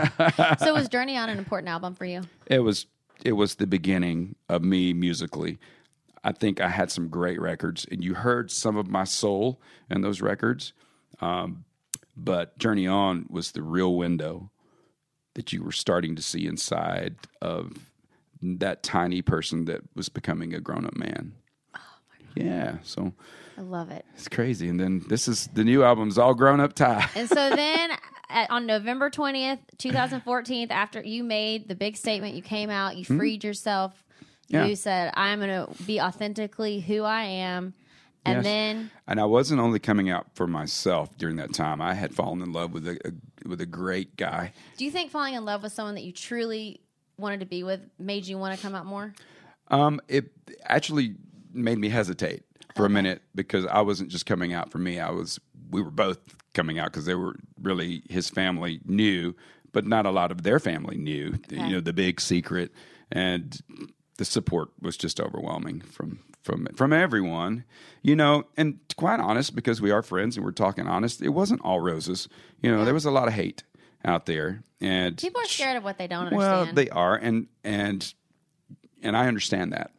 A: so was Journey on an important album for you?
B: It was it was the beginning of me musically. I think I had some great records, and you heard some of my soul in those records. Um, but Journey On was the real window that you were starting to see inside of that tiny person that was becoming a grown up man. Yeah, so
A: I love it.
B: it's crazy. And then this is the new album's all grown up tie.
A: And so then at, on November 20th, 2014, after you made the big statement, you came out, you freed yourself.
B: Hmm? Yeah.
A: You said, I'm going to be authentically who I am. And
B: Yes.
A: then,
B: And I wasn't only coming out for myself during that time. I had fallen in love with a, a with a great guy.
A: do you think falling in love with someone that you truly wanted to be with made you want to come out more?
B: Um, it actually made me hesitate for a minute because I wasn't just coming out for me. I was we were both coming out because they were really his family knew, but not a lot of their family knew. You know the big secret, and the support was just overwhelming from from from everyone. You know, and to quite honest, because we are friends and we're talking honest, it wasn't all roses. You know, there was a lot of hate out there, and
A: People are scared of what they don't
B: well,
A: understand.
B: they are, and and and I understand that.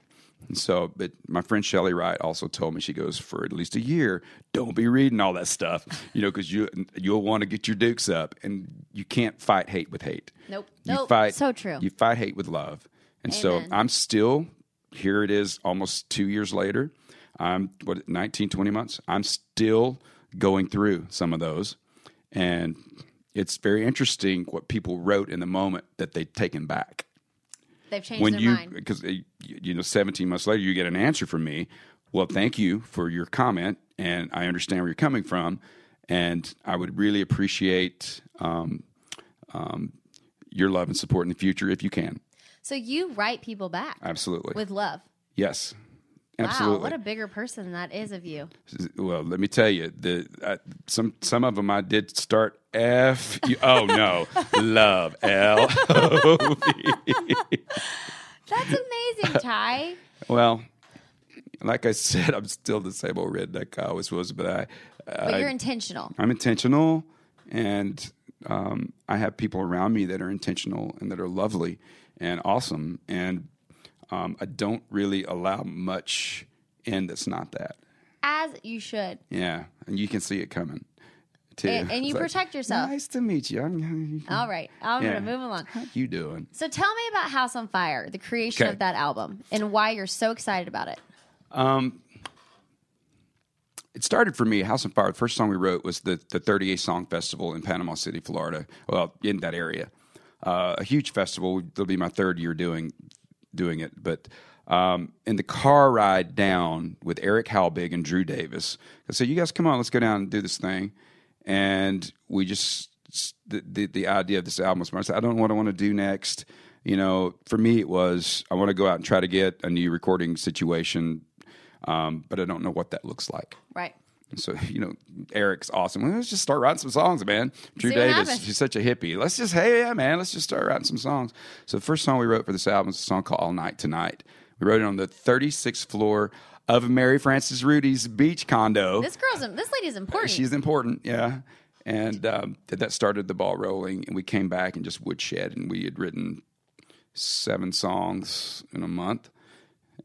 B: And so, but my friend Shelley Wright also told me she goes for at least a year. Don't be reading all that stuff, you know, because you you'll want to get your dukes up, and you can't fight hate with hate.
A: Nope.
B: You
A: Nope.
B: Fight,
A: So true.
B: You fight hate with love, and so
A: Amen.
B: I'm still here. It is almost two years later. I'm what 19, 20 months. I'm still going through some of those, and it's very interesting what people wrote in the moment that they've taken back
A: They've changed
B: when
A: their
B: you
A: mind.
B: because uh, you know 17 months later you get an answer from me well thank you for your comment and i understand where you're coming from and i would really appreciate um, um, your love and support in the future if you can
A: So you write people back
B: absolutely
A: with love.
B: yes Absolutely.
A: Wow, what a bigger person that is of you.
B: well, let me tell you, the I, some some of them I did start F. U- Oh no, love L.
A: That's amazing, Ty.
B: well, like I said, I'm still the same old redneck I always was, but I,
A: But
B: I uh,
A: you're intentional.
B: I'm intentional, and um, I have people around me that are intentional and that are lovely and awesome, and um, I don't really allow much in that's not that.
A: As you should.
B: Yeah, and you can see it coming. Too.
A: And- and you
B: It's
A: protect yourself.
B: Nice to meet you. I'm,
A: All right. I'm
B: Yeah.
A: gonna move along.
B: how you doing?
A: So tell me about House on Fire, the creation
B: Okay.
A: of that album, and why you're so excited about it.
B: it started for me. House on Fire. The first song we wrote was the the 38 Song Festival in Panama City, Florida. Well, in that area, uh, a huge festival. It'll be my third year doing doing it. But um, in the car ride down with Eric Halbig and Drew Davis, I said, "You guys, come on, let's go down and do this thing." And we just the the, the idea of this album was. I said, "I don't know what I want to do next." You know, for me, it was I want to go out and try to get a new recording situation, um, but I don't know what that looks like.
A: Right.
B: So you know, Eric's awesome. Well, let's just start writing some songs, man. Drew
A: See what
B: Davis,
A: happens.
B: she's such a hippie. Let's just, hey, yeah, man, let's just start writing some songs. So the first song we wrote for this album is a song called "All Night Tonight." We wrote it on the 36th floor of Mary Frances Rudy's beach condo.
A: This girl's this lady's important.
B: She's important, yeah. And um, that started the ball rolling, and we came back and just woodshed, and we had written seven songs in a month,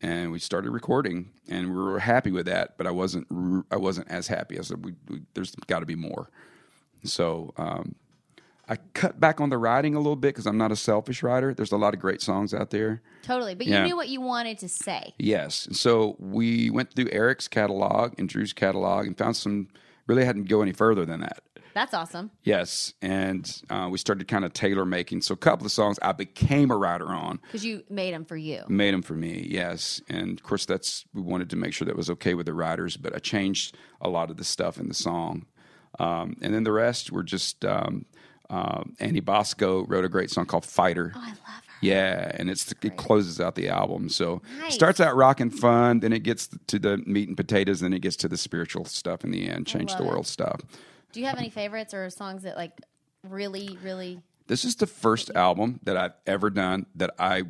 B: and we started recording, and we were happy with that. But I wasn't, r- I wasn't as happy. I said, we, we, "There's got to be more." So um, I cut back on the writing a little bit because I'm not a selfish writer. There's a lot of great songs out there.
A: totally. But
B: Yeah.
A: you knew what you wanted to say.
B: Yes. And so we went through Eric's catalog and Drew's catalog and found some. Really hadn't go any further than that.
A: That's awesome.
B: Yes, and uh, we started kind of tailor making. So a couple of songs I became a writer on,
A: Because you made them for you.
B: made them for me. Yes, and of course that's we wanted to make sure that was okay with the writers, but I changed a lot of the stuff in the song, um, and then the rest were just. Um, um, Annie Bosco wrote a great song called "Fighter."
A: I love her.
B: Yeah, and it's it closes out the album. So it
A: Nice.
B: starts out rock and fun, then it gets to the meat and potatoes, then it gets to the spiritual stuff in the end, change the
A: love it.
B: world stuff.
A: Do you have any favorites or songs that like really, really
B: This is the first album that I've ever done that I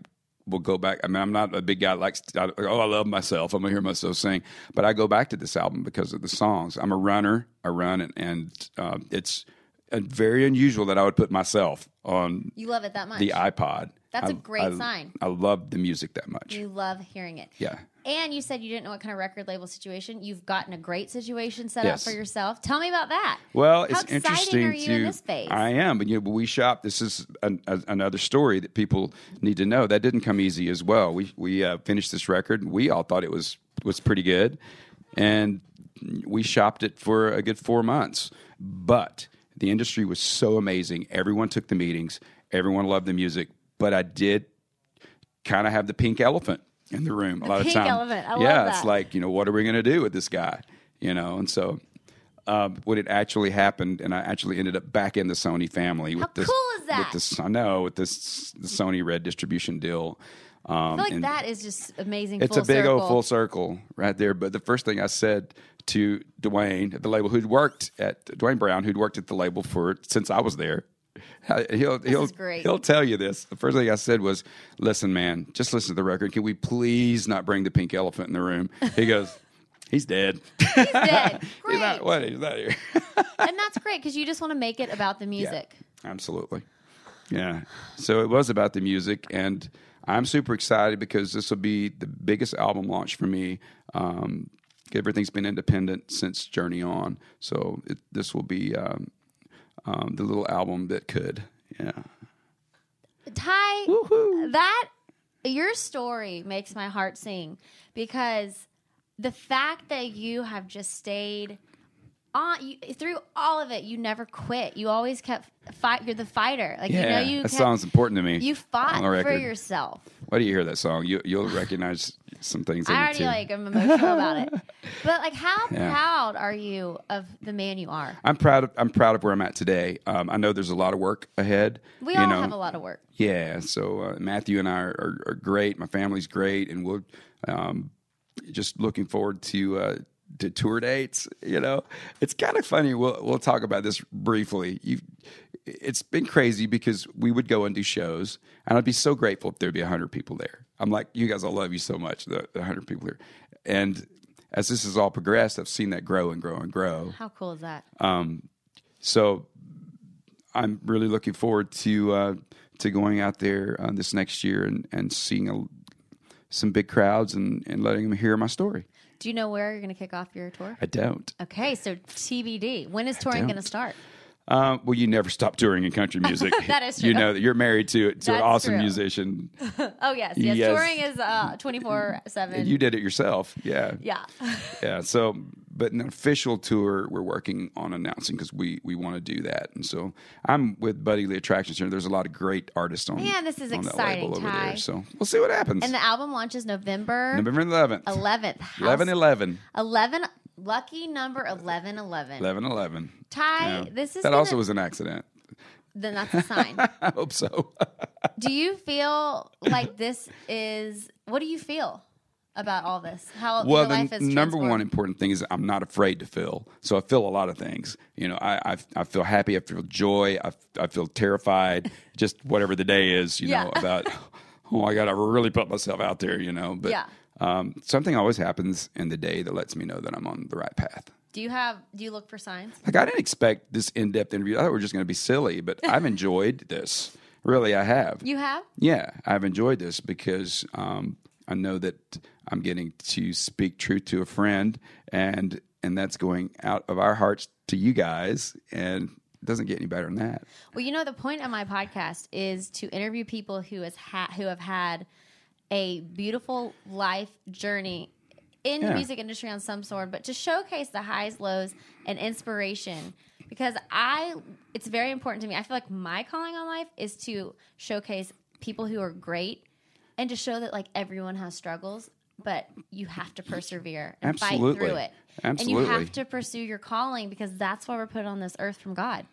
B: will go back. I mean, I'm not a big guy like I, oh, I love myself. I'm gonna hear myself sing, but I go back to this album because of the songs. I'm a runner. I run, and, and um, it's uh, very unusual that I would put myself on
A: you love it that much?
B: the iPod.
A: That's a
B: I-
A: great
B: I-
A: sign. Mm.
B: I love the music that much.
A: you love hearing it.
B: Yeah.
A: And you said you didn't know what kind of record label situation. You've gotten a great situation set
B: Yes.
A: up for yourself. Tell me about that.
B: Well,
A: How
B: it's
A: exciting
B: interesting
A: are you
B: to
A: in this phase?
B: I am, but you know, but we shop. This is an, a, another story that people need to know. That didn't come easy as well. We we uh, finished this record. and We all thought it was was pretty good, and we shopped it for a good four months. But the industry was so amazing. Everyone took the meetings. Everyone loved the music. But I did kind of have the pink elephant in the room a lot
A: pink
B: of time.
A: elephant. I love
B: yeah, it's
A: that.
B: like you know what are we going to do with this guy? You know, and so um, what it actually happened, and I actually ended up back in the Sony family. With
A: How
B: this,
A: cool is that?
B: With this, I know with this the Sony Red distribution deal. Um,
A: I feel like
B: and
A: that is just amazing.
B: it's
A: full
B: a big
A: circle.
B: old full circle right there. But the first thing I said to Dwayne at the label, who'd worked at Dwayne Brown, who'd worked at the label for since I was there, I- he'll he'll
A: is great.
B: he'll tell you this. The first thing I said was, "Listen, man, just listen to the record. Can we please not bring the pink elephant in the room?" He goes, "He's dead.
A: Dead.
B: he's
A: Great.
B: not. What? He's not here."
A: and that's great because you just want to make it about the music.
B: Absolutely. Yeah. So it was about the music, and I'm super excited because this will be the biggest album launch for me. Um, everything's been independent since Journey On, so it, this will be um, um, the little album that could. Yeah.
A: Ty, that your story makes my heart sing because the fact that you have just stayed on you, through all of it, you never quit. You always kept fight. You're the fighter. Like
B: Yeah.
A: you know, you
B: that
A: kept-
B: song's important to me.
A: You
B: on
A: fought
B: the
A: for
B: record.
A: yourself.
B: Why do you hear that song? You, you'll recognize some things. in
A: I
B: it,
A: already
B: too.
A: like I'm emotional about it. But like, how
B: Yeah.
A: proud are you of the man you are?
B: I'm proud. Of, I'm proud of where I'm at today. Um, I know there's a lot of work ahead.
A: We
B: you
A: all
B: know.
A: have a lot of work.
B: Yeah, so uh, Matthew and I are, are, are great. My family's great, and we'll um, just looking forward to uh, to tour dates. You know, it's kind of funny. We'll we'll talk about this briefly. You, it's been crazy because we would go and do shows, and I'd be so grateful if there'd be hundred people there. I'm like, you guys, I love you so much. The, the hundred people here, and as this has all progressed, I've seen that grow and grow and grow.
A: How cool is that?
B: uh, So I'm really looking forward to uh, to going out there uh, this next year and and seeing a, some big crowds and and letting them hear my story.
A: Do you know where you're going to kick off your tour?
B: I don't.
A: Okay, so TBD. When is touring going to
B: don't.
A: start?
B: Um, well, you never stop touring in country music.
A: That is
B: You
A: true.
B: know that you're married to to an
A: That's
B: awesome
A: true.
B: musician.
A: Oh yes, yes.
B: Yes.
A: Touring is uh, twenty four seven.
B: You did it yourself. Yeah.
A: Yeah.
B: Yeah. So, but an official tour we're working on announcing because we we want to do that. And so I'm with Buddy Lee Attraction Center. There's a lot of great artists on.
A: Man, this is
B: on
A: exciting,
B: that label over
A: Ty.
B: there. So we'll see what happens.
A: And the album launches November
B: November 11th.
A: eleventh.
B: 11 11.
A: 11 lucky number 11 11
B: 11 11.
A: ty this is
B: that
A: gonna-
B: also was an accident.
A: then that's a sign
B: I hope so.
A: do you feel like this is what do you feel about all this how
B: well,
A: your
B: the
A: life is
B: number one
A: transformed?
B: important thing is I'm not afraid to feel. So I feel a lot of things. You know, I I, I feel happy. I feel joy. I, I feel terrified. just whatever the day is. You
A: Yeah.
B: know about. Oh my God! I really put myself out there. You know, but
A: Yeah.
B: um, something always happens in the day that lets me know that I'm on the right path.
A: do you have do you look for signs
B: Like I didn't expect this in-depth interview. I thought we were just going to be silly, but I've enjoyed this. Really, I have.
A: you have
B: Yeah, I've enjoyed this because um, I know that I'm getting to speak truth to a friend, and and that's going out of our hearts to you guys, and it doesn't get any better than that.
A: well you know the point of my podcast is to interview people who has ha- who have had a beautiful life journey in the
B: Yeah.
A: music industry on some sort, but to showcase the highs, lows, and inspiration. Because I, it's very important to me. I feel like my calling on life is to showcase people who are great and to show that like everyone has struggles, but you have to persevere and fight
B: Absolutely.
A: through it. And you
B: Absolutely.
A: have to pursue your calling because that's why we're put on this earth from God.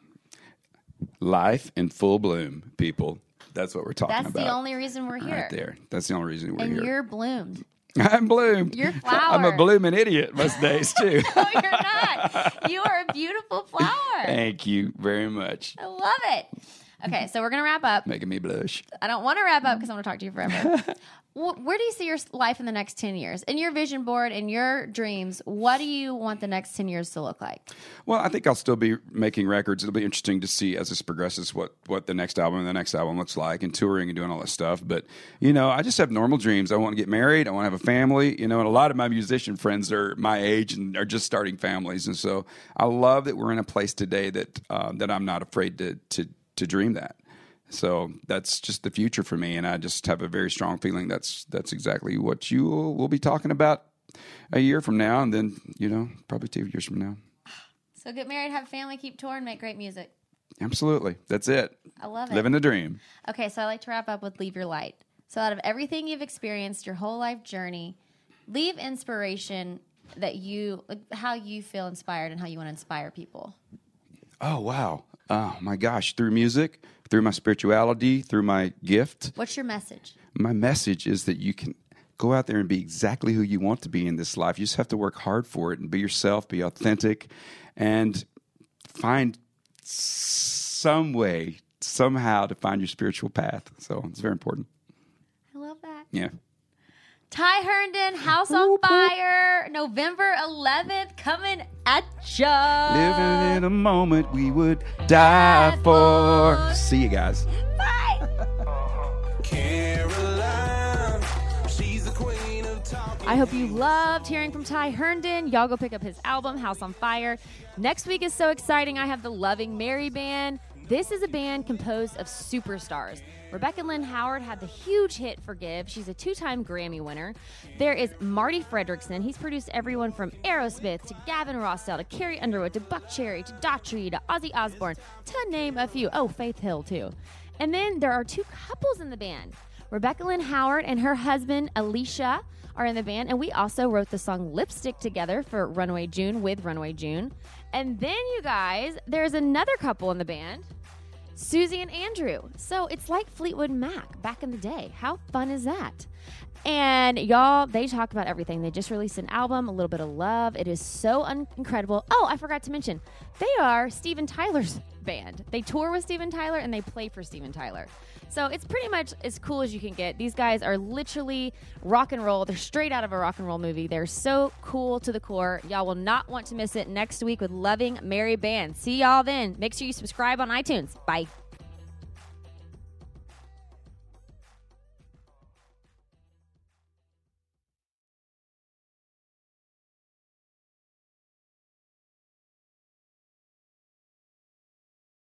B: Life in full bloom, people. That's what we're talking
A: That's
B: about.
A: the only reason we're here.
B: right there. That's the only reason we're
A: And
B: here.
A: you're bloomed.
B: I'm bloomed.
A: You're
B: I'm a
A: flower.
B: blooming idiot most days too.
A: No, you're not. you are a beautiful flower.
B: Thank you very much.
A: I love it. Okay, so we're gonna wrap up.
B: Making me blush.
A: I don't want to wrap up because I want to talk to you forever. Wh- Where do you see your s- life in the next ten years? In your vision board, in your dreams, what do you want the next ten years to look like?
B: Well, I think I'll still be making records. It'll be interesting to see as this progresses what what the next album and the next album looks like, and touring and doing all that stuff. But you know, I just have normal dreams. I want to get married. I want to have a family. You know, and a lot of my musician friends are my age and are just starting families, and so I love that we're in a place today that um, that I'm not afraid to to to dream that. So that's just the future for me, and I just have a very strong feeling that's that's exactly what you will, will be talking about a year from now, and then you know probably two years from now.
A: So get married, have a family, keep touring, make great music.
B: Absolutely. That's it.
A: I love it.
B: Living the dream.
A: Okay, so I like to wrap up with leave your light. So out of everything you've experienced, your whole life journey, leave inspiration that you like, how you feel inspired and how you want to inspire people.
B: Oh, wow. Oh, my gosh. Through music, through my spirituality, through my gift,
A: What's your message?
B: my message is that you can go out there and be exactly who you want to be in this life. You just have to work hard for it and be yourself, be authentic, and find some way, somehow, to find your spiritual path. So it's very important.
A: I love that.
B: Yeah.
A: Ty Herndon, House on Fire, November 11th, coming at ya.
B: Living in a moment we would die for.
A: for.
B: See you guys.
A: Bye.
D: Caroline, she's the queen of talking.
C: I hope you loved hearing from Ty Herndon. Y'all go pick up his album, House on Fire. Next week is so exciting. I have the Loving Mary Band. This is a band composed of superstars. Rebecca Lynn Howard had the huge hit Forgive. She's a two time Grammy winner. There is Marty Fredrickson. He's produced everyone from Aerosmith to Gavin Rossdale to Carrie Underwood to Buck Cherry to Daughtry to Ozzy Osbourne, to name a few. Oh, Faith Hill, too. And then there are two couples in the band. Rebecca Lynn Howard and her husband Alicia are in the band, and we also wrote the song Lipstick together for Runaway June with Runaway June. And then, you guys, there's another couple in the band, Susie and Andrew. So it's like Fleetwood Mac back in the day. How fun is that? And y'all, they talk about everything. They just released an album, A Little Bit of Love. It is so un- incredible. Oh, I forgot to mention, they are Steven Tyler's band. They tour with Steven Tyler and they play for Steven Tyler. So it's pretty much as cool as you can get. These guys are literally rock and roll. They're straight out of a rock and roll movie. They're so cool to the core. Y'all will not want to miss it next week with Loving Mary Band. See y'all then. Make sure you subscribe on iTunes. Bye.